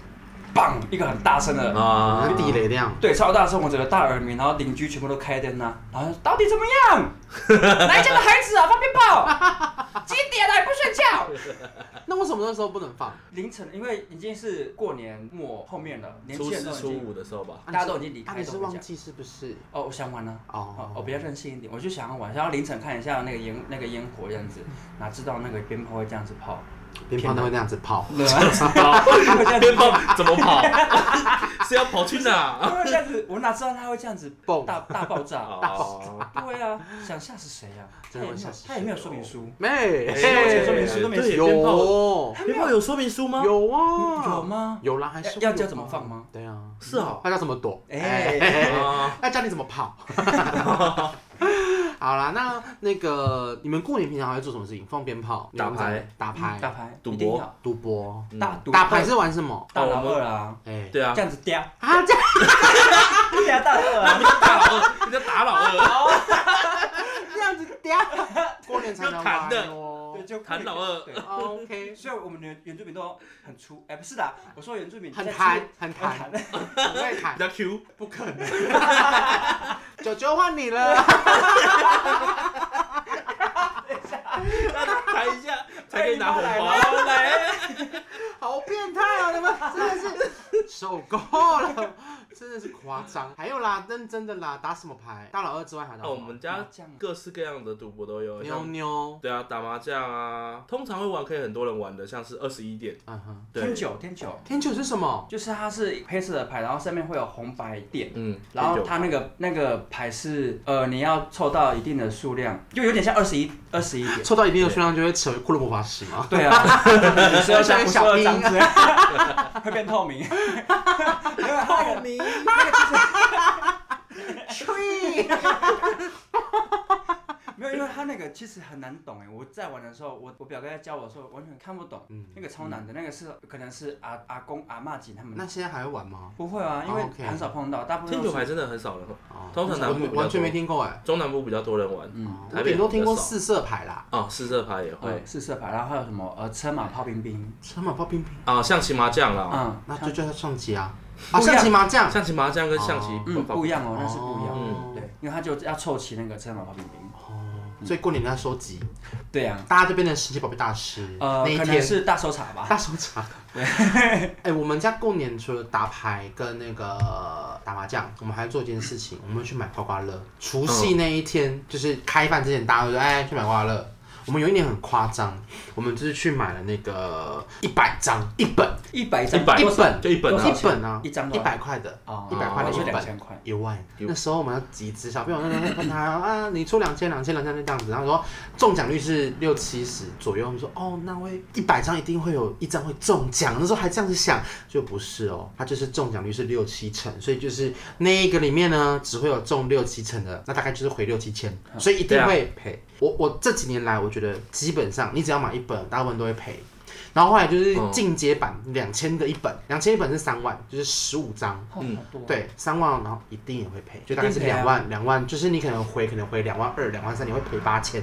Speaker 3: 砰，一个很大声的，
Speaker 2: 啊，
Speaker 1: 跟地雷那样。
Speaker 3: 对，超大声，我整个大耳鸣，然后邻居全部都开灯呐、啊然后到底怎么样？ 哪一家的孩子啊，放鞭炮？几点了还不睡觉？
Speaker 1: 那为什么那时候不能放？啊
Speaker 3: 凌晨，因为已经是过年末后面了，年轻
Speaker 2: 初
Speaker 3: 人
Speaker 2: 四
Speaker 3: 都已
Speaker 2: 初
Speaker 3: 经
Speaker 2: 五的时候吧，
Speaker 3: 大家都已经离开
Speaker 1: 啊你
Speaker 3: 都
Speaker 1: 是
Speaker 3: 回
Speaker 1: 忘
Speaker 3: 家
Speaker 1: 记是不是？
Speaker 3: 哦，我想玩了、哦
Speaker 1: 哦，，
Speaker 3: 我比较任性一点，我就想要玩，想要凌晨看一下那个烟那个烟火这样子，哪知道那个鞭炮会这样子炮，
Speaker 1: 鞭炮都会那样子跑，
Speaker 3: 哪知道会这样 子
Speaker 2: 鞭炮怎么跑？ 是要跑去哪？
Speaker 3: 因为这样子，我哪知道他会这样子
Speaker 1: 蹦
Speaker 3: 大大爆 炸？
Speaker 2: 哦，
Speaker 3: 对啊，想吓死谁啊？他
Speaker 1: 真
Speaker 3: 也
Speaker 1: 的
Speaker 3: 没
Speaker 1: 会
Speaker 3: 有
Speaker 1: 吓，死
Speaker 3: 他也没有说明书，
Speaker 1: 没，
Speaker 2: 哎我写
Speaker 3: 说明书都没
Speaker 2: 对
Speaker 3: 写
Speaker 2: 鞭炮
Speaker 1: 有哦
Speaker 2: 鞭炮有说明书吗？
Speaker 1: 有啊，
Speaker 3: 有吗？
Speaker 1: 有啦，还是
Speaker 3: 要
Speaker 1: 会
Speaker 3: 要
Speaker 1: 有
Speaker 3: 怎么放吗？
Speaker 1: 对啊，
Speaker 2: 是哦，
Speaker 1: 那叫怎么躲？
Speaker 3: 哎，
Speaker 2: 啊，
Speaker 1: 那教你怎么跑。 好啦，那那个你们过年平常还会做什么事情？放鞭炮、
Speaker 2: 打牌
Speaker 1: 你们打牌、
Speaker 3: 打牌，
Speaker 2: 赌博
Speaker 3: 一定要
Speaker 1: 赌博。
Speaker 2: 嗯
Speaker 3: 大赌
Speaker 1: 打牌是玩什么？
Speaker 3: 大老二啊，
Speaker 1: 哎，
Speaker 2: 对啊
Speaker 3: 这，样子嗲，
Speaker 1: 啊，这样
Speaker 3: 嗲大 二啊，
Speaker 2: 打老二，你在打老 二，
Speaker 1: 这样子，等下过年才能玩
Speaker 2: 用弹
Speaker 1: 哦
Speaker 3: 对，。就
Speaker 2: 谈老二
Speaker 3: 对。
Speaker 1: OK，
Speaker 3: 所以我们的原住民都很粗，哎，不是的，我说原住民
Speaker 1: 很
Speaker 3: 在粗
Speaker 1: 弹，很
Speaker 3: 很
Speaker 1: 弹，
Speaker 3: 弹，
Speaker 1: 不会
Speaker 2: 比
Speaker 1: 弹，
Speaker 2: 较 Q，
Speaker 1: 不可能。九九换你了，
Speaker 2: 弹一下 才可以拿红包
Speaker 3: 哎。
Speaker 2: 来，
Speaker 1: 好变态哦！你们真的是受够了，真的是夸张。还有啦，认真的啦，打什么牌？大老二之外还打什么？
Speaker 2: 哦，我们家
Speaker 3: 这样
Speaker 2: 各式各样的赌博都有，
Speaker 1: 妞
Speaker 2: 像
Speaker 1: 妞，
Speaker 2: 对啊，打麻将啊，通常会玩可以很多人玩的，像是二十一点，
Speaker 1: 嗯哼，
Speaker 2: 对
Speaker 3: 天，九天九，
Speaker 1: 天九是什么？
Speaker 3: 就是它是黑色的牌，然后上面会有红白点。
Speaker 2: 嗯，
Speaker 3: 然后
Speaker 2: 天九
Speaker 3: 它那个那个牌是，呃，你要凑到一定的数量，就有点像二十一二十一点。
Speaker 1: 凑到一定的数量就会成为骷髅魔法使吗？
Speaker 3: 对 啊，你是要像
Speaker 1: 像小
Speaker 3: 小啊
Speaker 1: 兵
Speaker 3: 张子， 会变透明。透明，那个就是
Speaker 1: 吹，
Speaker 3: 没有，因为它那个其实很难懂哎。我在玩的时候，我我表哥在教我的时候，完全看不懂，
Speaker 1: 嗯
Speaker 3: 那个超难的，那个是可能是阿阿公阿嬷级他们
Speaker 1: 那现在还会玩吗？
Speaker 3: 不会啊，因为
Speaker 1: 哦，OK
Speaker 3: 很少碰到，大部分
Speaker 2: 天
Speaker 3: 都
Speaker 2: 九
Speaker 3: 是
Speaker 2: 牌真的很少人玩，
Speaker 1: 哦
Speaker 2: 通常南部比较多
Speaker 1: 完全没听过哎。
Speaker 2: 中南部比较多人玩，
Speaker 3: 嗯
Speaker 1: 哦
Speaker 2: 台
Speaker 1: 我
Speaker 2: 北
Speaker 1: 顶多听过
Speaker 2: 比较少
Speaker 1: 四色牌啦，
Speaker 2: 哦，四色牌也会
Speaker 3: 呃四色牌，然后还有什么呃车马炮冰冰，
Speaker 1: 车马炮冰冰，
Speaker 2: 啊，象棋麻将啦，
Speaker 3: 嗯，
Speaker 1: 那就叫象棋啊，
Speaker 3: 不
Speaker 1: 啊，
Speaker 3: 一样
Speaker 1: 象棋麻将，
Speaker 2: 象棋麻将跟象棋
Speaker 3: 嗯，不一样哦，那是不一样。
Speaker 1: 哦
Speaker 3: 对，，因为他就要凑齐那个车马炮冰冰。
Speaker 1: 哦，所以过年都要收集，
Speaker 3: 对呀、
Speaker 1: 大家就变成神奇宝贝大师。
Speaker 3: 啊，
Speaker 1: 那一
Speaker 3: 呃，可能
Speaker 1: 天啊
Speaker 3: 是大搜查吧。
Speaker 1: 大手掌。 哎、我们家过年除了打牌跟那个打麻将，我们还做一件事情，我们会去买刮刮乐。除夕那一天，就是开饭之前，大家都说哎去买刮刮乐。我们有一年很夸张，我们就是去买了那个一百张一本，
Speaker 3: 一百
Speaker 2: 一
Speaker 3: 张，
Speaker 2: 百
Speaker 1: 一本
Speaker 2: 就一本
Speaker 3: 多少
Speaker 2: 啊，
Speaker 1: 一本啊，
Speaker 3: 一张
Speaker 1: 一
Speaker 3: 多少
Speaker 1: 百块的，
Speaker 3: 哦
Speaker 1: 一百块的一
Speaker 3: 两
Speaker 1: 本。
Speaker 3: 千块。
Speaker 1: 一万，
Speaker 2: 有
Speaker 1: 那时候我们要集资，小朋友那时候问他啊，你出两千、两千、两千这样子，然后说中奖率是六七十左右，我们说哦，那会一百张一定会有一张会中奖，那时候还这样子想，就不是哦，它就是中奖率是六七成，所以就是那一个里面呢，只会有中六七成的，那大概就是回六七千，所以一定会赔。我我这几年来，我觉得基本上你只要买一本，大部分都会赔。然后后来就是
Speaker 2: 嗯
Speaker 1: 进阶版两千的一本，两千一本是三万，就是十五张。
Speaker 3: 好
Speaker 2: 嗯
Speaker 3: 多。，啊
Speaker 1: 对，三万，然后一定也会赔，就大概是
Speaker 3: 一定赔啊
Speaker 1: 两万，两万，就是你可能回可能回两万二、两万三，你会赔八千，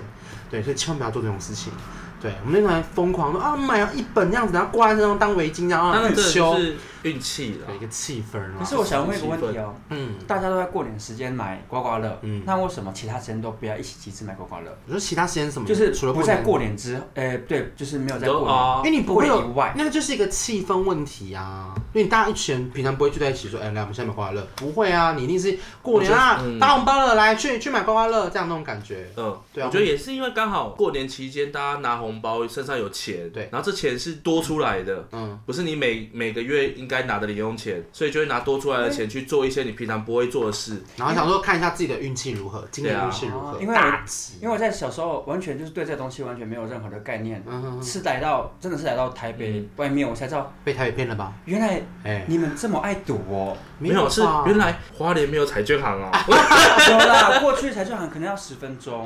Speaker 1: 对，所以千万不要做这种事情。对，我们那团疯狂说啊，买了一本这样子，然后挂在身上当围巾，啊然后
Speaker 2: 当然这就
Speaker 1: 修，
Speaker 2: 是运气了
Speaker 1: 有一。个气氛
Speaker 3: 可
Speaker 1: 啦。
Speaker 3: 是我想问一个问题哦、
Speaker 1: 嗯，
Speaker 3: 大家都在过年时间买刮刮乐，
Speaker 1: 嗯
Speaker 3: 那为什么其他时间都不要一起集资买刮刮乐？
Speaker 1: 我说其他时间什么，
Speaker 3: 就是
Speaker 1: 嗯除了
Speaker 3: 不在
Speaker 1: 年哎
Speaker 3: 过年之，呃，对，就是没有在
Speaker 2: 有
Speaker 3: 过年，
Speaker 2: 啊
Speaker 1: 因为你不会
Speaker 3: 过
Speaker 1: 有
Speaker 3: 年以外
Speaker 1: 那个就是一个气氛问题啊。因为你大家一群人平常不会聚在一起说，哎、来我们现在买刮刮乐，不会啊，你一定是过年啊，
Speaker 2: 我觉得嗯
Speaker 1: 发红包了，来去去买刮刮乐，这样那种感觉。
Speaker 2: 嗯，
Speaker 1: 对啊
Speaker 2: 我觉得也是因为刚好过年期间大家拿红包，身上有钱，
Speaker 1: 对
Speaker 2: 然后这钱是多出来的，
Speaker 1: 嗯，
Speaker 2: 不是你每每个月应该拿的零用钱，所以就会拿多出来的钱去做一些你平常不会做的事。
Speaker 1: 然后想说看一下自己的运气如何，今年运气如何，
Speaker 3: 对啊因为
Speaker 1: 大吉。
Speaker 3: 因为我在小时候完全就是对这东西完全没有任何的概念，
Speaker 1: 嗯哼，
Speaker 3: 是来到真的是来到台北外面，我才知道
Speaker 1: 被台北骗了吧？
Speaker 3: 原来
Speaker 1: 哎、
Speaker 3: 你们这么爱赌哦、
Speaker 2: 没有，是
Speaker 1: 吧
Speaker 2: 原来花莲没有彩券行啊，
Speaker 3: 有啦，过去才去好像可能要十分钟，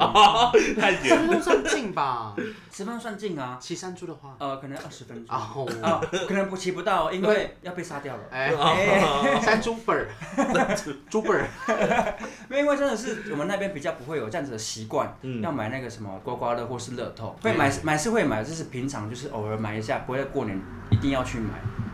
Speaker 2: 太
Speaker 1: 这都算近吧？
Speaker 3: 十分钟算近啊，
Speaker 1: 骑山猪的 话，
Speaker 3: 呃，可能二十分钟。
Speaker 1: 啊、哦，
Speaker 3: 啊，可能不骑不到，因为要被杀掉了。
Speaker 1: 哎、
Speaker 2: 哦
Speaker 1: 山猪本 儿，猪本儿，
Speaker 3: 没有因为真的是我们那边比较不会有这样子的习惯，
Speaker 2: 嗯
Speaker 3: 要买那个什么刮刮乐或是乐透，
Speaker 1: 嗯
Speaker 3: 会买买是会买，就是平常就是偶尔买一下，不会在过年一定要去买。
Speaker 2: 嗯
Speaker 1: 哎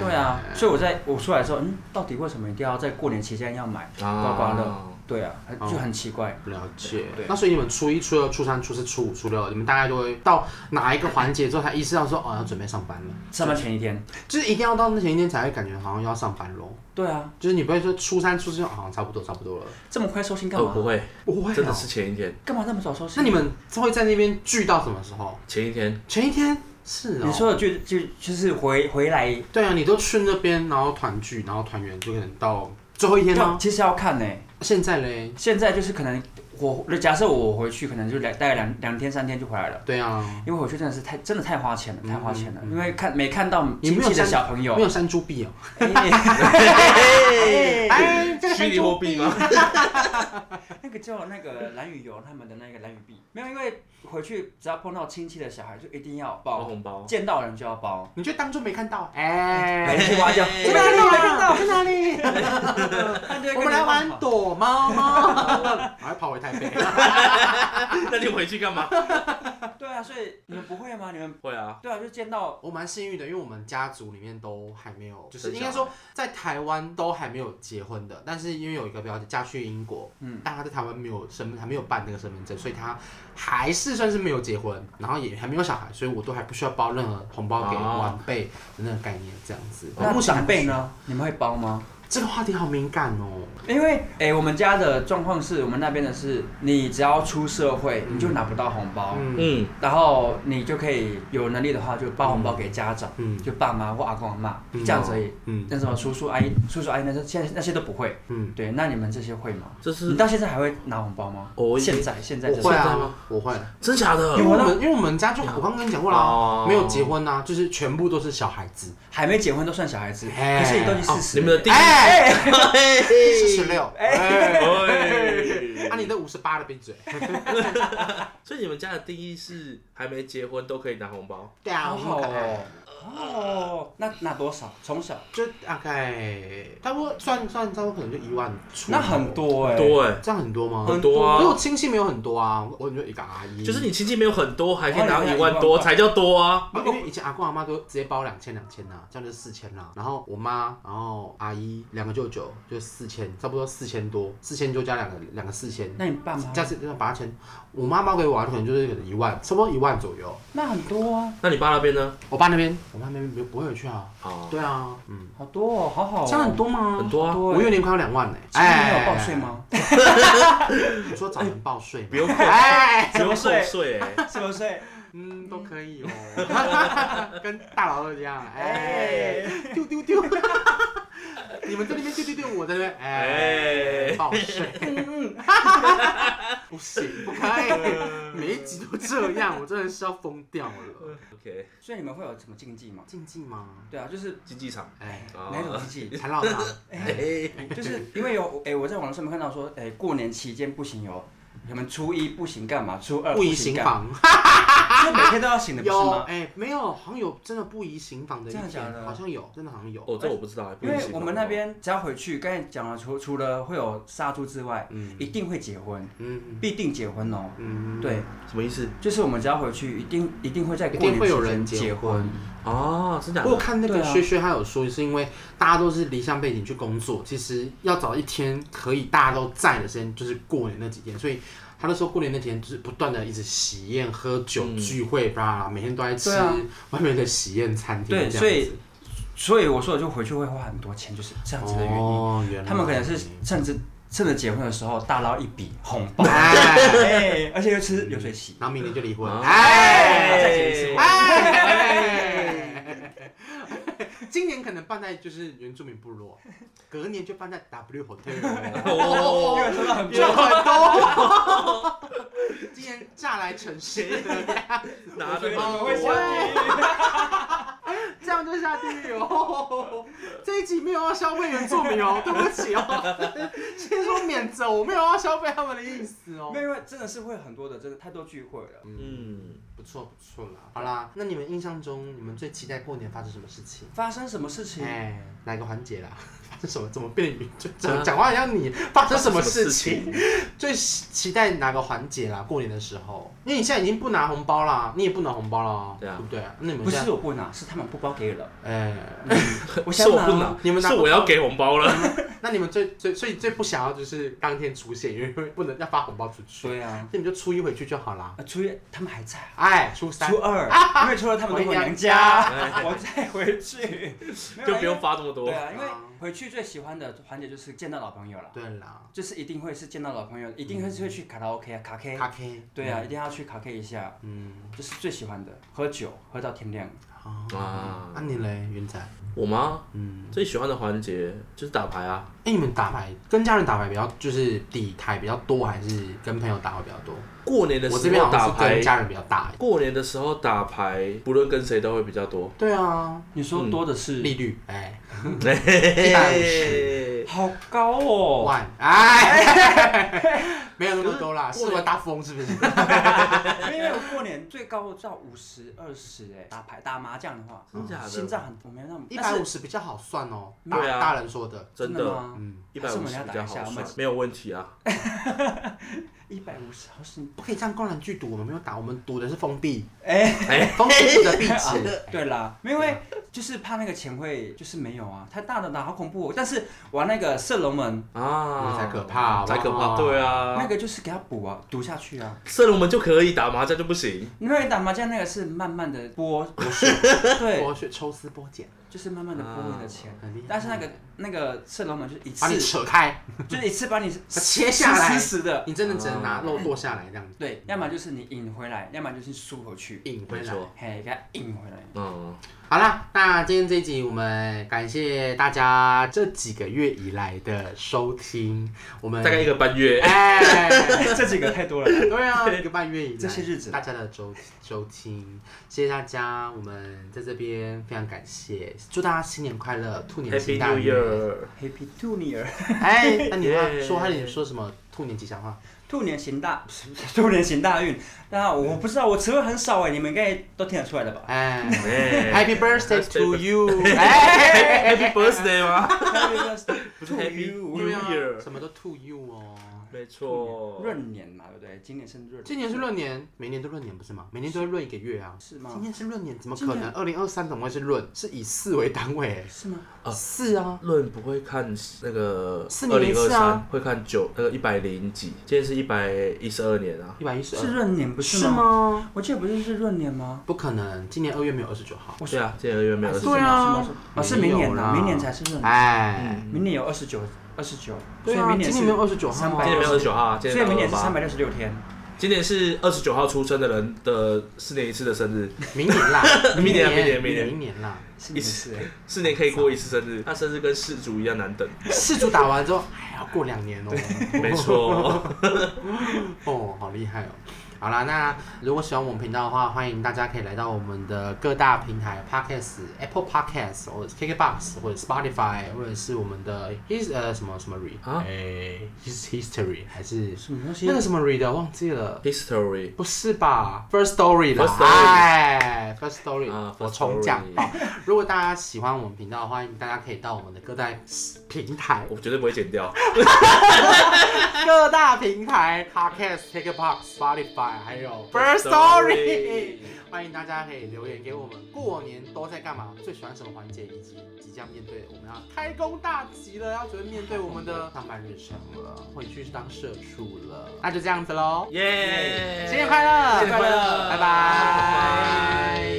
Speaker 3: 对啊，所以我在我出来的时候，嗯，到底为什么一定要在过年期间要买刮刮乐？
Speaker 2: 啊
Speaker 3: 对啊，很
Speaker 1: 哦
Speaker 3: 就很奇怪。
Speaker 1: 了解
Speaker 3: 对，
Speaker 1: 那所以你们初一、初二、初三、初四、初五、初六，你们大概就会到哪一个环节之后才意识到说，哦，要准备上班了，
Speaker 3: 上班前一天，
Speaker 1: 就是一定要到那前一天才会感觉好像要上班喽。
Speaker 3: 对啊，
Speaker 1: 就是你不会说初三、初四就好像差不多差不多了，
Speaker 3: 这么快收心干
Speaker 2: 哦，
Speaker 3: 嘛
Speaker 2: 不？会，
Speaker 1: 不
Speaker 3: 啊
Speaker 1: 啊
Speaker 2: 真的是前一天，
Speaker 3: 干嘛那么早收心？
Speaker 1: 那你们会在那边聚到什么时候？
Speaker 2: 前一天，
Speaker 1: 前一天是哦。
Speaker 3: 你说的就就就是回回来
Speaker 1: 对啊，你都去那边，然后团聚，然后团圆，就可能到最后一天
Speaker 3: 要
Speaker 1: 吗？
Speaker 3: 其实要看呢、
Speaker 1: 现在嘞？
Speaker 3: 现在就是可能我假设我回去，可能就两大概两两天三天就回来了，
Speaker 1: 对啊，
Speaker 3: 因为回去真的是太真的太花钱了，
Speaker 1: 嗯
Speaker 3: 太花钱了，
Speaker 1: 嗯
Speaker 3: 因为看没看到
Speaker 1: 也没有
Speaker 3: 亲戚的
Speaker 1: 像
Speaker 3: 小朋友
Speaker 1: 没，有山猪币哦。
Speaker 3: 哎
Speaker 1: 哎，这个
Speaker 2: 虚
Speaker 1: 山
Speaker 2: 拟
Speaker 1: 猪
Speaker 2: 货币吗？
Speaker 3: 那个叫那个蓝雨游他们的那个蓝雨币，没有，因为回去只要碰到亲戚的小孩就一定要
Speaker 2: 包
Speaker 3: 包，
Speaker 2: 红包，
Speaker 3: 见到人就要包，
Speaker 1: 你就当做没看到。哎
Speaker 3: 没，去挖掉，
Speaker 1: 在哪里？没看到，在哪里？
Speaker 3: 他哎就会跟你
Speaker 1: 我们来玩
Speaker 3: 抱
Speaker 1: 躲猫 猫，我还跑回台北。
Speaker 2: 那你回去干嘛？
Speaker 3: 对啊，所以你们不会吗？你们
Speaker 2: 会啊，
Speaker 3: 对啊，就见到
Speaker 1: 我蛮幸运的，因为我们家族里面都还没有，就是
Speaker 2: 生
Speaker 1: 应该
Speaker 2: 小
Speaker 1: 说在台湾都还没有结婚的。但是因为有一个表姐嫁去英国，嗯
Speaker 3: 嗯，
Speaker 1: 但她在台湾没有身份，还没有办那个身份证，所以她还是算是没有结婚，然后也还没有小孩，所以我都还不需要包任何红包给
Speaker 2: 哦
Speaker 1: 晚辈的那个概念，这样子。
Speaker 3: 那
Speaker 1: 目前
Speaker 3: 长辈呢？你们会包吗？
Speaker 1: 这个话题好敏感哦，
Speaker 3: 因为诶，我们家的状况是我们那边的是，你只要出社会，你就拿不到红包，
Speaker 1: 嗯
Speaker 2: 嗯，
Speaker 3: 然后你就可以有能力的话就包红包给家长，
Speaker 1: 嗯
Speaker 3: 就爸妈或阿公阿妈
Speaker 1: 嗯
Speaker 3: 这样子而已。
Speaker 1: 嗯
Speaker 3: 但什么叔叔阿姨、叔叔阿姨那些现在那些都不会。
Speaker 1: 嗯，
Speaker 3: 对，那你们这些会吗？
Speaker 2: 这
Speaker 3: 你
Speaker 2: 是
Speaker 3: 到现在还会拿红包吗？
Speaker 2: 我
Speaker 3: 现在现在
Speaker 1: 我
Speaker 3: 这
Speaker 1: 会
Speaker 2: 现在
Speaker 1: 啊
Speaker 2: 吗，
Speaker 1: 我会，
Speaker 2: 真假
Speaker 1: 因为
Speaker 2: 的，
Speaker 1: 我们因为我们家就我刚跟你讲过啦
Speaker 2: 哦，
Speaker 1: 没有结婚啊，就是全部都是小孩子。
Speaker 3: 还没结婚都算小孩子，
Speaker 1: 哎
Speaker 3: 可是你都已经
Speaker 1: 哦
Speaker 3: 四十，
Speaker 2: 你们的第一
Speaker 1: 哎，四十六， 哎，
Speaker 2: 哎
Speaker 1: 啊，你的五十八的闭嘴。
Speaker 2: 所以你们家的定义是还没结婚都可以拿红包，
Speaker 1: 对啊，
Speaker 3: 好
Speaker 1: 我
Speaker 3: 好
Speaker 1: 们可爱
Speaker 3: 哦。哦，那拿多少？从小
Speaker 1: 就大概差不多算算差不多可能就一万出，
Speaker 3: 那很，多哎、
Speaker 2: 多哎、
Speaker 1: 这样很多吗？
Speaker 2: 很多
Speaker 1: 可是我
Speaker 2: 啊，
Speaker 1: 亲戚没有很多啊，我我就一个阿姨，
Speaker 2: 就是你亲戚没有很多，还可以
Speaker 3: 哦
Speaker 2: 拿
Speaker 3: 你拿
Speaker 2: 一
Speaker 3: 一
Speaker 2: 万
Speaker 3: 万
Speaker 2: 多
Speaker 3: 块
Speaker 2: 才叫多啊。
Speaker 1: 啊。因为以前阿公阿妈都直接包两千两千呐，这样就四千啦。然后我妈，然后阿姨两个舅舅就四千，差不多四千多，四千多加两个两个四千，
Speaker 3: 那你爸妈
Speaker 1: 加是八千。我妈包给我啊可能就是可能一万，差不多一万左右。
Speaker 3: 那很多啊，
Speaker 2: 那你爸那边呢？
Speaker 1: 我爸那边，我爸那边没有不会有去啊。
Speaker 2: 啊，
Speaker 1: 对啊，嗯，
Speaker 3: 好多哦，好好、哦。
Speaker 1: 这样很多吗？
Speaker 2: 很多啊，
Speaker 3: 多
Speaker 1: 我
Speaker 3: 欸
Speaker 1: 有年快要两万呢、
Speaker 3: 今年没有
Speaker 1: 哎
Speaker 3: 报税？吗？
Speaker 1: 你说找人报税吗？
Speaker 2: 不用扣
Speaker 1: 哎，
Speaker 2: 不用
Speaker 3: 什
Speaker 2: 扣
Speaker 3: 么税
Speaker 2: 税哎，
Speaker 3: 什么税？
Speaker 1: 嗯，都可以 哦，跟大佬都一样，哎，丢丢丢，你们在那边丢丢丢，我在那边，哎，
Speaker 2: 哎
Speaker 1: 报税，嗯 不行，不可以，每一集都这样，我真的是要疯掉了。
Speaker 2: ，OK，
Speaker 3: 所以你们会有什么竞技吗？
Speaker 1: 竞技吗？
Speaker 3: 对啊，就是
Speaker 2: 竞技场，
Speaker 1: 哎，
Speaker 2: 啊
Speaker 3: 哪种竞技？
Speaker 1: 陈老大，
Speaker 2: 哎，
Speaker 3: 就是因为有哎、我在网络上面看到说，哎、过年期间不行有可能初一不行干嘛，初二
Speaker 1: 不宜
Speaker 3: 哎行
Speaker 1: 行
Speaker 3: 干嘛，
Speaker 1: 房，
Speaker 3: 就每天都要醒的，不 是
Speaker 1: 有
Speaker 3: 吗？
Speaker 1: 哎、没有，好像有真的不宜行房的一
Speaker 3: 真的假
Speaker 1: 天，
Speaker 3: 的
Speaker 1: 好像有，真的好像 有。
Speaker 2: 哦，这我不知道，不
Speaker 3: 哎因
Speaker 2: 一定
Speaker 3: 为
Speaker 2: 行
Speaker 3: 我们那边只要回去，刚才讲了，除除了会有杀猪之外，
Speaker 1: 嗯
Speaker 3: 一定会结婚，
Speaker 1: 嗯
Speaker 3: 必定结婚哦。
Speaker 1: 嗯，
Speaker 3: 对，
Speaker 2: 什么意思
Speaker 3: 就是我们只要回去，一定一定会在
Speaker 1: 一
Speaker 3: 过
Speaker 1: 定
Speaker 3: 年
Speaker 1: 会有
Speaker 3: 期间
Speaker 1: 人
Speaker 3: 结
Speaker 1: 婚
Speaker 3: 婚。。
Speaker 2: 哦，真假
Speaker 1: 我有
Speaker 2: 的？
Speaker 1: 看那个
Speaker 3: 对啊
Speaker 1: 薛薛，他有说，是因为大家都是离乡背景去工作，其实要找一天可以大家都在的时间，就是过年那几天，所以。他就说过年那几天就是不断的一直喜宴、喝酒、
Speaker 2: 嗯
Speaker 1: 聚会，巴拉巴拉，每天都在吃
Speaker 3: 对啊
Speaker 1: 外面的喜宴餐厅，
Speaker 3: 对
Speaker 1: 这样子
Speaker 3: 所以所以我说的就回去会花很多钱，就是这样子的原因。
Speaker 1: 哦，原来
Speaker 3: 他们可能是趁着趁着结婚的时候大捞一笔红包，
Speaker 1: 哎，
Speaker 3: 哎，而且又吃流水席，
Speaker 1: 然后明年就离婚，
Speaker 3: 啊
Speaker 2: 哦
Speaker 1: 哎，
Speaker 3: 再结一次婚
Speaker 1: 哎， 今年可能办在就是原住民部落，隔年就办在 W Hotel，
Speaker 3: 哦，又收到很
Speaker 1: 就
Speaker 3: 多。
Speaker 1: 很多。今年嫁来成谁的？
Speaker 2: 拿着
Speaker 3: 对你们
Speaker 2: 吗？
Speaker 3: 会下地狱
Speaker 1: 这样就下地狱哦！这一集没有要消费原住民哦，对不起哦，先说免责，我没有要消费他们的意思哦
Speaker 3: 没。有，因为真的是会很多的，真的太多聚会了。
Speaker 2: 嗯，
Speaker 1: 不错不错啦，好啦，那你们印象中你们最期待过年发生什么事情？
Speaker 3: 发生什么事情？
Speaker 1: 哎，哪个环节啦？发生什么？怎么变语？就怎么讲话好像你发生什么事 情？？ 最期待哪个环节啦？过年的时候，因为你现在已经不拿红包啦，你也不拿红包啦，
Speaker 2: 对啊
Speaker 1: 不对？那你们
Speaker 3: 不
Speaker 1: 现
Speaker 3: 是
Speaker 1: 在，
Speaker 3: 我不拿，是他们不包 给了。
Speaker 1: 哎，
Speaker 3: 我
Speaker 2: 是
Speaker 3: 想
Speaker 2: 我
Speaker 3: 拿
Speaker 2: 不
Speaker 3: 啊
Speaker 2: 拿，
Speaker 1: 你们拿
Speaker 2: 是我要给红包了。
Speaker 1: 那你们最最所以最不想要就是当天出现，因为不能要发红包出去，
Speaker 3: 对啊，
Speaker 1: 那你们就初一回去就好啦。
Speaker 3: 啊初一他们还在啊，
Speaker 1: 哎，初三
Speaker 3: 初，二因为初二他们都回娘
Speaker 1: 回
Speaker 3: 家，我再回去，没有
Speaker 2: 就
Speaker 3: 啊
Speaker 2: 不用。发这么
Speaker 3: 因为
Speaker 2: 多
Speaker 3: 对。啊，因为回去最喜欢的环节就是见到老朋友了，
Speaker 1: 对啦，
Speaker 3: 就是一定会是见到老朋友，一定会是会
Speaker 2: 嗯
Speaker 3: 去卡拉 OK 啊，卡 K。
Speaker 1: 咖啡，
Speaker 3: 对啊，一定要去卡 K 一下，
Speaker 1: 嗯，
Speaker 3: 这是最喜欢的，喝酒喝到天
Speaker 2: 嗯
Speaker 3: 亮。
Speaker 1: 好
Speaker 2: 啊
Speaker 1: 啊，你嘞，元仔，
Speaker 2: 我吗？
Speaker 1: 嗯。
Speaker 2: 最喜欢的环节就是打牌啊。
Speaker 1: 哎、你们打牌跟家人打牌比较，就是底台比较多，还是跟朋友打会比较多？
Speaker 2: 过年的
Speaker 1: 我这
Speaker 2: 时
Speaker 1: 边
Speaker 2: 候
Speaker 1: 好
Speaker 2: 打
Speaker 1: 像是跟
Speaker 2: 牌，
Speaker 1: 家人比较大。欸
Speaker 2: 过年的时候打牌，不论跟谁都会比较多。
Speaker 1: 对啊，
Speaker 3: 你说多的是，
Speaker 1: 利率哎，
Speaker 2: 嘿
Speaker 1: 150
Speaker 3: 好高哦，
Speaker 1: 万哎，没有那么多啦，是我大富翁是不是？
Speaker 3: 因为我过年最高到五十二十哎，打牌打麻将的话，
Speaker 2: 真假的
Speaker 3: 心脏很我没有那么
Speaker 1: 一
Speaker 3: 但
Speaker 1: 百
Speaker 3: 是
Speaker 1: 五十比较好算哦，大
Speaker 2: 对啊
Speaker 1: 大人说的，
Speaker 2: 真
Speaker 3: 的
Speaker 2: 的，
Speaker 3: 吗？
Speaker 1: 嗯，
Speaker 2: 一百五十比较
Speaker 3: 还是我们要打一下
Speaker 2: 好
Speaker 3: 我
Speaker 2: 算
Speaker 3: 们，
Speaker 2: 没有问题啊。
Speaker 3: 一百五十毫升，
Speaker 1: 不可以这样公然剧毒，我们没有打，我们赌的是封闭，
Speaker 3: 哎、
Speaker 2: 哎，
Speaker 1: 封闭的壁
Speaker 3: 啊
Speaker 1: 纸。
Speaker 3: 对啦，因为就是怕那个钱会就是没有啊，太大的啦，好恐怖、哦。但是玩那个射龙门，
Speaker 2: 啊，
Speaker 1: 才可怕好不好
Speaker 2: 才可怕，对
Speaker 3: 那
Speaker 2: 啊。
Speaker 3: 个就是给他补啊，赌下去啊。
Speaker 2: 射龙门就可以打麻将就不行，
Speaker 3: 因为打麻将那个是慢慢的拨，对，
Speaker 1: 我去抽丝剥茧，
Speaker 3: 就是慢慢的拨你的钱。
Speaker 1: 很厉害。
Speaker 3: 但是那个那个射龙门就是一
Speaker 1: 把你
Speaker 3: 次，
Speaker 1: 扯开，
Speaker 3: 就是一次把你
Speaker 1: 切下来
Speaker 3: 死死的。
Speaker 1: 你真的只能拿肉剁下来这样子
Speaker 3: 对，要么就是你引回来，要么就是输回去，
Speaker 1: 引回
Speaker 2: 没
Speaker 1: 来。
Speaker 2: 错。
Speaker 3: 嘿，给他引回来。
Speaker 2: 嗯，
Speaker 1: 好啦，那今天这一集我们感谢大家这几个月以来的收听，我们
Speaker 2: 大概一个半月。
Speaker 1: 哎，
Speaker 3: 这几个太多了，
Speaker 1: 对啊，一个半月以来
Speaker 3: 这些日子
Speaker 1: 大家的收收听，谢谢大家，我们在这边非常感谢，祝大家新年快乐，兔年
Speaker 2: Happy
Speaker 1: 行大
Speaker 2: New
Speaker 1: 运。
Speaker 2: Year！
Speaker 3: Happy Two Year。
Speaker 1: 哎，那你要
Speaker 2: Yeah
Speaker 1: 说还是你说什么兔年吉祥话？
Speaker 3: 兔年行大， 不是兔年行大运。那我不知道，我词汇很少哎，你们应该都听得出来的 吧
Speaker 1: 哎
Speaker 2: 哎
Speaker 1: ，Happy birthday to you！哎，
Speaker 2: Happy Birthday 吗？
Speaker 3: 不
Speaker 2: 不是 Happy New
Speaker 1: 对啊
Speaker 2: Year，
Speaker 1: 什么都 to you 哦。
Speaker 2: 没错。
Speaker 3: 闰年嘛，对不对？今年是闰，
Speaker 1: 今年是闰年，每年都闰年不是吗？每年都会闰一个月啊。
Speaker 3: 是吗
Speaker 1: 今年是闰年，怎么可能？二零二三怎么会是闰？是以四为单位、欸。
Speaker 3: 是吗？
Speaker 2: 啊
Speaker 1: 四啊，
Speaker 2: 论不会看那个
Speaker 1: 四
Speaker 2: 二
Speaker 1: 年一
Speaker 2: 零二
Speaker 1: 次
Speaker 2: 三
Speaker 1: 啊，
Speaker 2: 会看九那个一百零几，今天是一百一十二年啊。
Speaker 1: 一百一十
Speaker 3: 是
Speaker 1: 二，
Speaker 3: 闰年不
Speaker 1: 是
Speaker 3: 吗？
Speaker 1: 吗？
Speaker 3: 我记得不是是闰年吗？
Speaker 1: 不可能，今年二月没有二十九号。
Speaker 3: 我
Speaker 2: 对啊，今年二月没有二十
Speaker 1: 对啊
Speaker 3: 是吗是吗是吗啊，是明
Speaker 1: 没有
Speaker 3: 年
Speaker 1: 啦
Speaker 3: 啊，明年才是闰年，
Speaker 1: 哎，
Speaker 3: 明年有二十九，二十九，所
Speaker 1: 对
Speaker 3: 以
Speaker 1: 啊，今
Speaker 3: 明年
Speaker 1: 年
Speaker 3: 是
Speaker 1: 没有二十九号
Speaker 2: 今
Speaker 1: 啊
Speaker 2: 年没有
Speaker 3: 300
Speaker 2: 二十九号啊，今
Speaker 3: 所
Speaker 2: 年
Speaker 3: 以明年是
Speaker 2: 八
Speaker 3: 三。百六十六天，
Speaker 2: 今年是二十九号出生的人的四年一次的生日，
Speaker 1: 明年啦，
Speaker 2: 明年啊
Speaker 1: 明
Speaker 2: 明年明年
Speaker 1: 明年啦。
Speaker 3: 是你们是哎，
Speaker 2: 四年可以过一次生日，他生日跟世足一样难 等。
Speaker 1: 四组打完之后还要过两年哦。
Speaker 2: 没错，
Speaker 1: 哦，好厉害哦。好啦，那如果喜欢我们频道的话，欢迎大家可以来到我们的各大平台 Podcast、Apple Podcast 或者 KKBox 或者 Spotify 或者是我们的 His 呃什么什么 Re
Speaker 2: 啊
Speaker 1: 哎 His History 还是
Speaker 3: 什么东西
Speaker 1: 那？个什么 Re 的忘记了。
Speaker 2: History
Speaker 1: 不是吧？First Story 啦
Speaker 2: First，Story
Speaker 1: 哎，First Story，
Speaker 2: 啊
Speaker 1: 我
Speaker 2: First
Speaker 1: 重讲
Speaker 2: Story
Speaker 1: 吧。如果大家喜欢我们频道的话，欢迎大家可以到我们的各大平台
Speaker 2: 我绝对不会剪掉。
Speaker 1: 各大平台 Podcast、Take a Box、Spotify，还有 First
Speaker 2: First
Speaker 1: Story，
Speaker 2: Story
Speaker 1: 欢迎大家可以留言给我们，过年都在干嘛，最喜欢什么环节，以及即将面对我们要开工大吉了，要准备面对我们的上班日程了，回去当社畜了，那就这样子喽，
Speaker 2: 耶！
Speaker 1: 新年快乐，
Speaker 2: 新年快乐
Speaker 1: 拜拜
Speaker 2: 拜。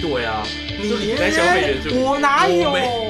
Speaker 2: 对啊，
Speaker 1: 你
Speaker 2: 啊就你在小美人就
Speaker 1: 我哪有
Speaker 2: 我没